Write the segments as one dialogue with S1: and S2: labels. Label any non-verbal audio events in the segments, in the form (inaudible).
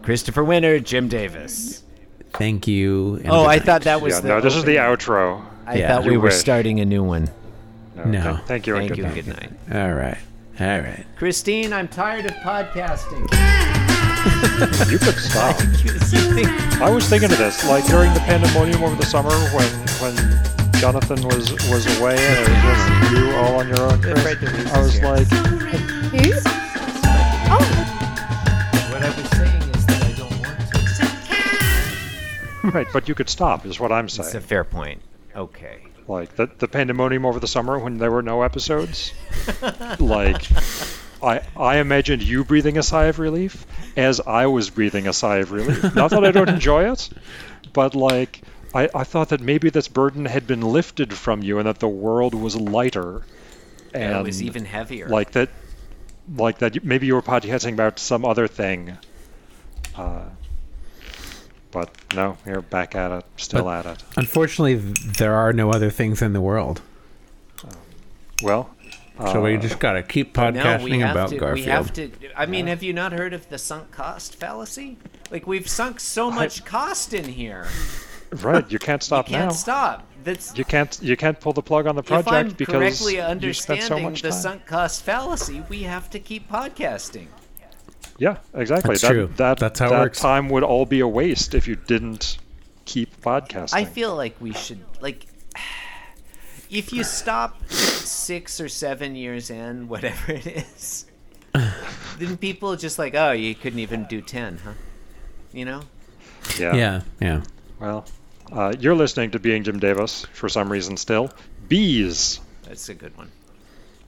S1: Christopher Winter, Jim Davis.
S2: Thank you. and
S1: Oh,
S2: good
S1: I
S2: night.
S1: thought that was
S3: Yeah,
S1: the
S3: no, this is the
S1: opening.
S3: outro.
S1: I
S2: Yeah.
S1: thought we
S3: You
S1: were
S3: wish.
S1: starting a new one.
S2: No.
S3: th- thank you. and
S1: Thank you.
S3: good night.
S1: Good night.
S2: All right. All right.
S1: Christine, I'm tired of podcasting.
S3: You could stop.
S1: Thank
S3: (laughs) I was thinking of this, like during the pandemonium over the summer when when Jonathan was was away and it was just you all on your own. Chris,
S1: right, there is
S3: I was
S1: here.
S3: like,
S4: Who? Oh,
S1: What I was saying is that I don't want to.
S3: right, but you could stop, is what I'm
S1: That's a
S3: saying.
S1: fair point. Okay.
S3: Like the the pandemonium over the summer when there were
S1: (laughs)
S3: no episodes. like, I I imagined you breathing a sigh of relief as I was breathing a sigh of relief. Not that I don't enjoy it, but like. I, I thought that maybe this burden had been lifted from you and that the world was lighter. And
S1: it was even heavier.
S3: Um, like that like that you- maybe you were podcasting about some other thing uh, but no you're back at it still
S2: But-
S3: at it
S2: Unfortunately, th- there are no other things in the world,
S3: well
S2: so we just gotta keep
S1: Uh, no,
S2: podcasting
S1: we have
S2: about
S1: to.
S2: Garfield.
S1: We have to. I mean, have you not heard of the sunk cost fallacy? Like we've sunk so much cost in here,
S3: right (laughs) you can't stop
S1: can't
S3: now
S1: stop. That's
S3: you can't you can't pull the plug on the
S1: if I'm
S3: project because
S1: correctly
S3: you spent
S1: understanding
S3: so much
S1: the
S3: time
S1: sunk cost fallacy, we have to keep podcasting.
S3: yeah exactly
S2: That's
S3: that,
S2: true.
S3: that
S2: That's how it
S3: that
S2: works.
S3: time would all be a waste if you didn't keep podcasting
S1: I feel like we should like (sighs) if you stop six or seven years in, (laughs) whatever it
S3: (laughs)
S1: is, then people are just like, oh, you couldn't even do ten, huh? You know?
S2: Yeah, yeah.
S3: well uh, you're listening to being jim davis for some reason still bees
S1: That's a good one.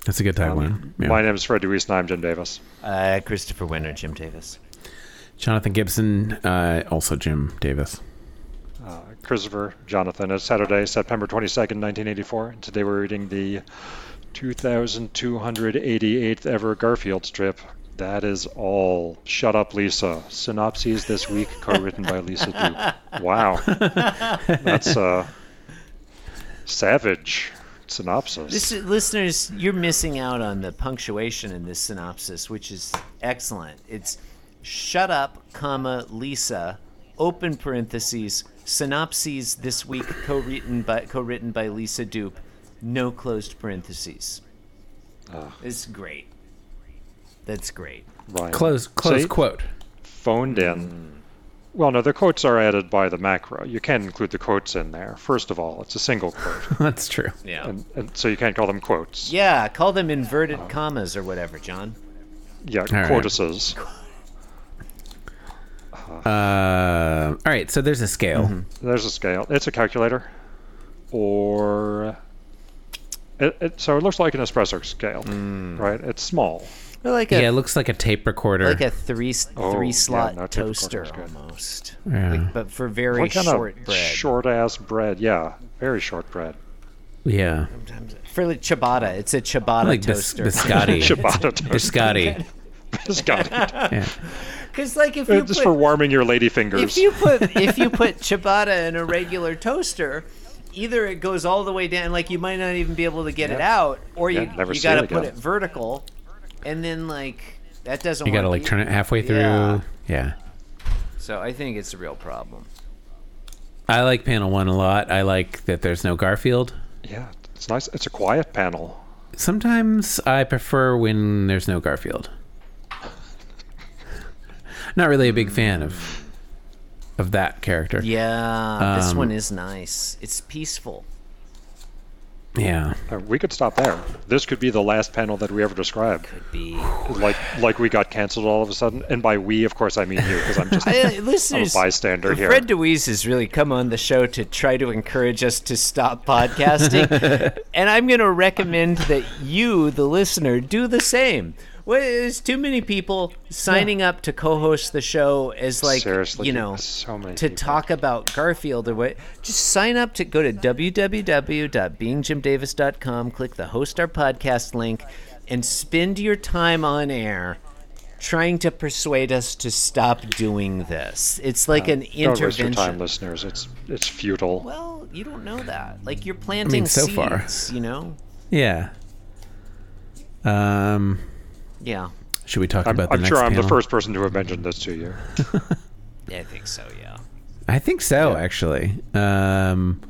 S2: That's a good tagline. Yeah.
S3: my name is freddie weiss and i'm jim davis
S1: Uh, Christopher Winter, Jim Davis.
S2: Jonathan Gibson, uh, also Jim Davis.
S3: Uh, Christopher Jonathan. It's Saturday, September 22nd, 1984. And today we're reading the 2,288th ever Garfield strip. That is all. Shut up, Lisa. Synopses this week, co-written by Lisa
S2: (laughs)
S3: Duke. Wow, that's uh, savage synopsis.
S1: This, listeners, you're missing out on the punctuation in this synopsis, which is excellent. It's shut up, comma, Lisa, open parentheses, synopses this week co-written by co-written by Lisa Dupe, no closed parentheses. It's great. That's great.
S3: Ryan.
S2: Close, Hmm. close
S3: See?
S2: quote. (laughs)
S3: phoned in. Well, no, the quotes are added by the macro. You can include the quotes in there. First of all, it's a
S2: (laughs)
S3: single quote,
S2: That's true.
S1: Yeah.
S3: and, and so you can't call them quotes.
S1: yeah, call them inverted commas or whatever, John.
S3: Yeah,
S2: right.
S3: cortices.
S2: Uh, all right, so there's a scale.
S1: Mm-hmm.
S3: There's a scale. It's a calculator, or it, it, so it looks like an espresso scale,
S1: Mm.
S3: right? It's small.
S1: Or like a
S2: Yeah, it looks like a tape recorder.
S1: like a three
S3: Oh,
S1: three
S3: yeah,
S1: slot
S3: no, typical
S1: toaster
S3: Cornhusker.
S1: almost,
S2: Yeah.
S1: like, but for very
S3: what kind
S1: short
S3: of
S1: bread.
S3: short ass bread? Yeah, very
S1: (laughs)
S3: short bread.
S2: yeah,
S1: For like ciabatta, it's a ciabatta
S2: like bis-
S1: toaster. (laughs)
S2: biscotti.
S3: Ciabatta (laughs) toast.
S2: biscotti.
S3: Biscotti.
S2: Yeah.
S1: Because like if you
S3: Just
S1: put,
S3: for warming your lady fingers.
S1: if you
S3: (laughs)
S1: put if you put ciabatta in a regular toaster, either it goes all the way down, like you might not even be able to get it out, or you
S3: Yeah, never
S1: you
S3: see it
S1: gotta put it
S3: again.
S1: vertical, and then like that doesn't.
S2: You gotta
S1: work
S2: like turn it halfway through.
S1: Yeah.
S2: yeah.
S1: So I think it's a real problem.
S2: I like panel one a lot. I like that there's no Garfield.
S3: Yeah, it's nice. It's a quiet panel.
S2: Sometimes I prefer when there's no Garfield. Not really a big fan of of that character.
S1: Yeah, this
S2: Um,
S1: one is nice. It's peaceful.
S2: Yeah.
S3: Uh, We could stop there. This could be the last panel that we ever describe.
S1: Could be.
S3: Like, like we got canceled all of a sudden. And by we, of course, I mean you, because (laughs) I'm
S1: (laughs)
S3: just
S1: I, Uh, listeners,
S3: I'm a bystander here.
S1: Fred DeWeese has really come on the show to try to encourage us to stop
S3: (laughs)
S1: podcasting, and I'm going to recommend that you, the listener, do the same. Well, there's too many people signing up to co-host the show as like
S3: Seriously,
S1: you know
S3: so many
S1: to
S3: people.
S1: talk about Garfield or what. Just sign up to go to www.beingjimdavis.com, click the host our podcast link, and spend your time on air trying to persuade us to stop doing this. It's like an
S3: Uh, Don't waste your
S1: intervention.
S3: time, listeners. It's it's futile.
S1: Well, you don't know that. Like you're planting
S2: so
S1: seeds,
S2: far.
S1: you know?
S2: Yeah. Um
S1: Yeah.
S2: should we talk
S3: I'm,
S2: about the
S3: I'm
S2: next
S3: sure I'm the
S2: panel?
S3: first person to have mentioned this to you.
S1: I think so, yeah.
S2: I think so, actually. Um,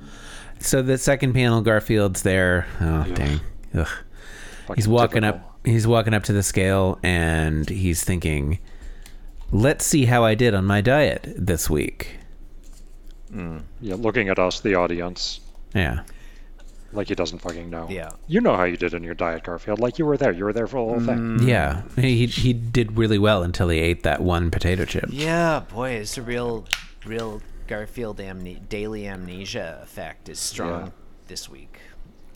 S2: so the second panel, Garfield's there. Oh dang! Ugh. He's
S3: Fucking
S2: walking
S3: typical.
S2: up. He's walking up to the scale, and he's thinking, "Let's see how I did on my diet this week."
S3: Yeah, looking at us, the audience,
S2: Yeah.
S3: like he doesn't fucking know.
S1: Yeah.
S3: You know how you did in your diet, Garfield. Like you were there. You were there for the whole thing.
S1: Mm-hmm.
S2: Yeah, he he did really well until he ate that one potato chip.
S1: Yeah, boy, it's a real, real Garfield amne- daily amnesia effect is strong
S3: Yeah.
S1: this week.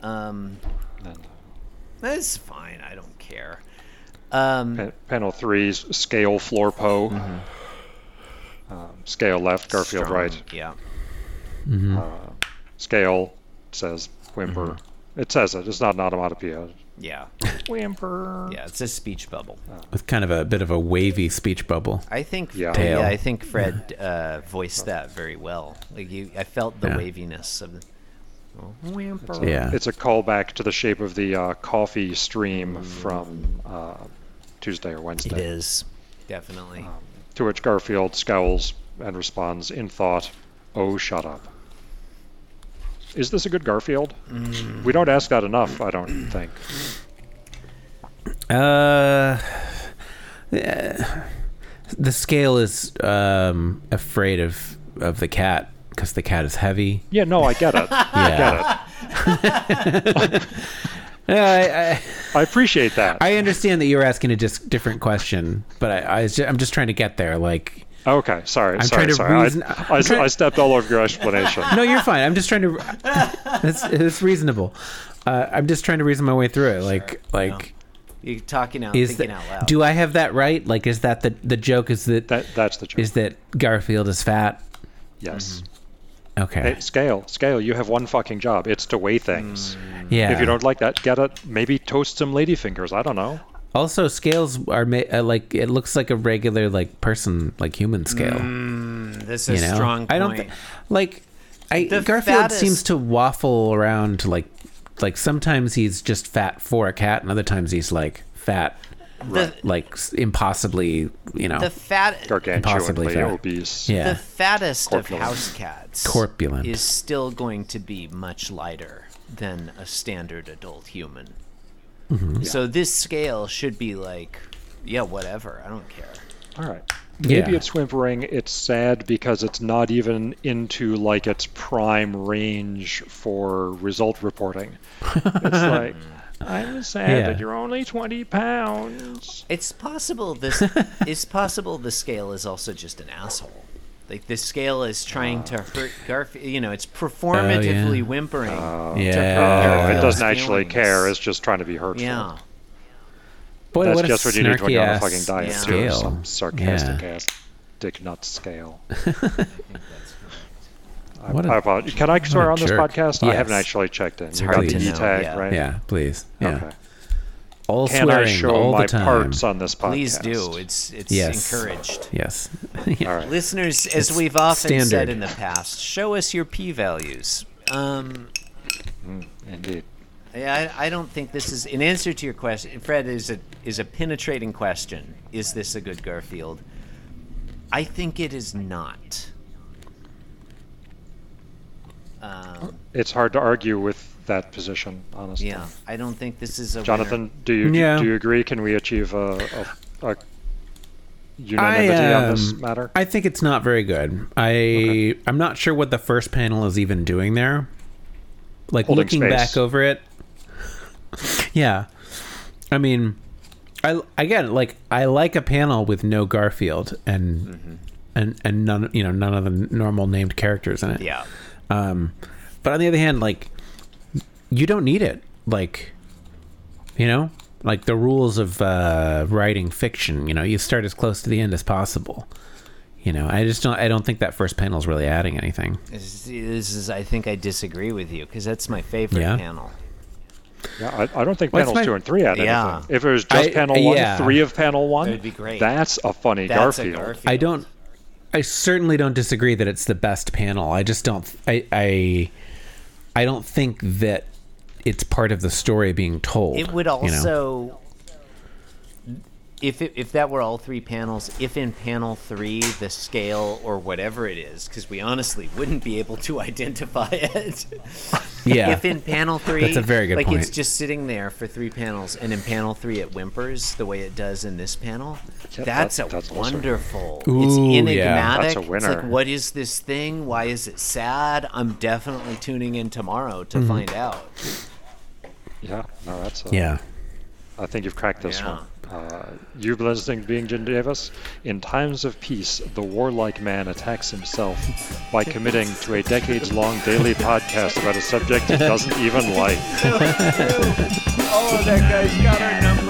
S1: Um,
S3: And
S1: that's fine. I don't care. Um,
S3: pa- panel three, s- scale floor po. Um, scale left, Garfield
S1: Mm-hmm. strong, Yeah.
S3: right. Scale says whimper.
S1: Mm-hmm.
S3: It says it. It's not an onomatopoeia.
S1: Yeah.
S3: Whimper.
S1: Yeah. It's a speech bubble.
S2: With kind of a bit of a wavy speech bubble.
S1: I think.
S3: Yeah.
S1: Yeah.
S2: Tail.
S1: I think Fred uh, voiced that very well. Like you, I felt the
S2: Yeah.
S1: waviness of. Whimper.
S2: Yeah.
S3: It's a callback to the shape of the uh, coffee
S1: Mm.
S3: stream from uh, Tuesday or Wednesday.
S1: It is definitely.
S3: To which Garfield scowls and responds in thought, Oh, shut up. Is this a good Garfield?
S2: Mm.
S3: We don't ask that enough, I don't think.
S2: Uh, yeah. the scale is um, afraid of of the cat because the cat is heavy.
S3: Yeah, no, I get it. I get
S2: Yeah, Yeah,
S3: it. I appreciate that.
S2: I, I, I understand that you're asking a dis- different question, but I, I was ju- I'm just trying to get there. Like,
S3: okay, sorry,
S2: I'm trying
S3: sorry,
S2: to
S3: sorry. I-
S2: reason-
S3: I,
S2: I'm
S3: s-
S2: trying-
S3: I stepped all over your explanation.
S2: no, you're fine. I'm just trying to. (laughs) It's, it's reasonable. Uh, I'm just trying to reason my way through it. Like, like.
S1: You're talking out,
S2: is
S1: thinking
S2: that
S1: out loud.
S2: do I have that right? Like, is that the the joke? Is that,
S3: That, that's the joke.
S2: is Mm-hmm. that Garfield is fat?
S3: yes.
S2: Okay,
S3: Hey, scale, scale, you have one fucking job. It's to weigh things.
S2: yeah.
S3: If you don't like that, get it. Maybe toast some ladyfingers. I don't know.
S2: also, scales are ma- uh, like it looks like a regular like person, like human scale.
S1: That's Mm, a
S2: you know,
S1: strong point.
S2: I don't thi- like. I
S1: The
S2: Garfield
S1: fattest-
S2: seems to waffle around like like sometimes he's just fat for a cat, and other times he's like fat,
S1: the,
S2: like s- impossibly, you know,
S1: the fat.
S2: Impossibly
S3: Gargantuanly
S2: fat.
S3: obese.
S2: yeah,
S1: the fattest
S3: Corpulent.
S1: of house cats
S2: Corpulent.
S1: is still going to be much lighter than a standard adult human
S2: Mm-hmm.
S1: so this scale should be like yeah whatever i don't care
S3: All right. Maybe
S2: Yeah.
S3: it's whimpering. It's sad because it's not even into like its prime range for
S2: (laughs)
S3: result reporting. It's like I'm sad
S2: Yeah.
S3: that you're only 20 pounds.
S1: it's possible
S2: (laughs)
S1: this it's possible the scale is also just an asshole like this scale is trying to hurt Garfield. You know, it's
S2: Oh,
S1: performatively whimpering.
S2: yeah.
S3: No, it
S1: Garfield's
S3: doesn't actually
S1: feelings.
S3: care. It's just trying to be hurtful.
S1: yeah,
S2: Boy,
S3: That's
S2: what a
S3: just what you need when
S2: snarky
S3: you're on a
S2: ass
S3: fucking diet.
S1: Yeah.
S3: too.
S2: Scale.
S3: Some sarcastic
S2: Yeah.
S3: ass dick nut scale. I,
S2: What a-
S3: I apologize. Can I swear
S2: a
S3: on this
S2: jerk.
S3: podcast? I haven't
S2: Yes.
S3: actually checked in. you
S1: hard
S3: got
S2: to
S3: the
S1: know,
S3: e tag,
S1: yeah.
S3: right?
S2: Yeah, please. Yeah.
S3: Okay.
S2: All
S3: Can I
S2: swearing
S3: show
S2: all
S3: my
S2: the time.
S3: parts on this podcast?
S1: please do. It's it's
S2: Yes.
S1: encouraged.
S2: Yes. yeah.
S3: All right.
S1: Listeners, as
S2: It's
S1: we've often said
S2: standard.
S1: in the past, show us your p values. Um,
S3: Indeed.
S1: I, I don't think this is in answer to your question. Fred is a is a penetrating question. Is this a good Garfield? I think it is not. Um,
S3: It's hard to argue with that position, honestly.
S1: yeah, I don't think this is a winner.
S3: Jonathan, do you
S2: Yeah.
S3: do you agree? Can we achieve a, a, a unanimity on this
S2: um,
S3: matter?
S2: I think it's not very good. I I'm not sure what the first panel is even doing there. Like
S3: Holding
S2: looking
S3: space.
S2: back over it. (laughs) yeah. I mean, I again like I like a panel with no Garfield and
S3: Mm-hmm.
S2: and and none you know none of the normal named characters in it.
S1: Yeah,
S2: Um, but on the other hand, like you don't need it. Like you know, like the rules of uh, writing fiction. You know, you start as close to the end as possible. You know, I just don't. I don't think that first panel is really adding anything.
S1: this, this is. I think I disagree with you because that's my favorite
S2: Yeah.
S1: panel.
S3: yeah, I, I don't think
S2: Well, it's
S3: panels
S2: my-
S3: two and three add
S1: Yeah.
S3: anything. If it was just
S2: I-
S3: panel one,
S2: yeah.
S3: three of panel one,
S1: That'd be great.
S3: that's a funny
S1: That's
S3: Garfield.
S1: a Garfield.
S2: I don't. I certainly don't disagree that it's the best panel. I just don't. I I, I don't think that it's part of the story being told.
S1: It would
S2: you know?
S1: also if it, if that were all three panels, if in panel three the scale or whatever it is, because we honestly wouldn't be able to (laughs) identify it.
S2: Yeah.
S1: If in panel three,
S2: That's a very good
S1: like it's
S2: point.
S1: just sitting there for three panels, and in panel three it whimpers the way it does in this panel.
S3: Yeah,
S1: that's,
S3: that-
S1: a
S3: that's also-
S1: wonderful. it's
S2: Ooh, yeah.
S1: enigmatic.
S3: That's a
S1: It's like,
S3: winner.
S1: what is this thing? Why is it sad? I'm definitely tuning in tomorrow to
S2: Mm-hmm.
S1: find out.
S3: Yeah, no, that's uh,
S2: Yeah.
S3: I think you've cracked this
S1: Yeah.
S3: one. Uh, you've been listening to Being Jim Davis. In times of peace, the warlike man attacks himself by committing to a decades long daily podcast about a subject he doesn't
S1: (laughs)
S3: even like.
S1: Oh, that guy's got our number.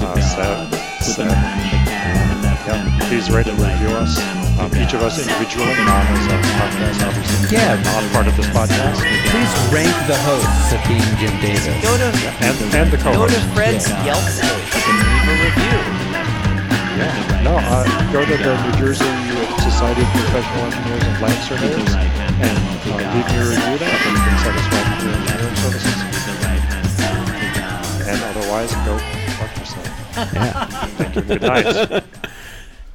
S3: Uh, sad. sad. Yep. Please rate and review us. Um, each of us individually and on this podcast, obviously.
S2: Yeah.
S3: Not part of this podcast.
S2: Please rank the hosts of being Jim Davis.
S1: Go to
S3: And, and the co
S1: go to
S3: host.
S1: Fred's Yelp page and leave a review.
S3: No, uh, go to the New Jersey Society of Professional Engineers and Land Surveyors and uh, leave me a review there if you've been satisfied with your engineering services. And otherwise, go fuck yourself.
S2: Yeah.
S3: Good night. (laughs)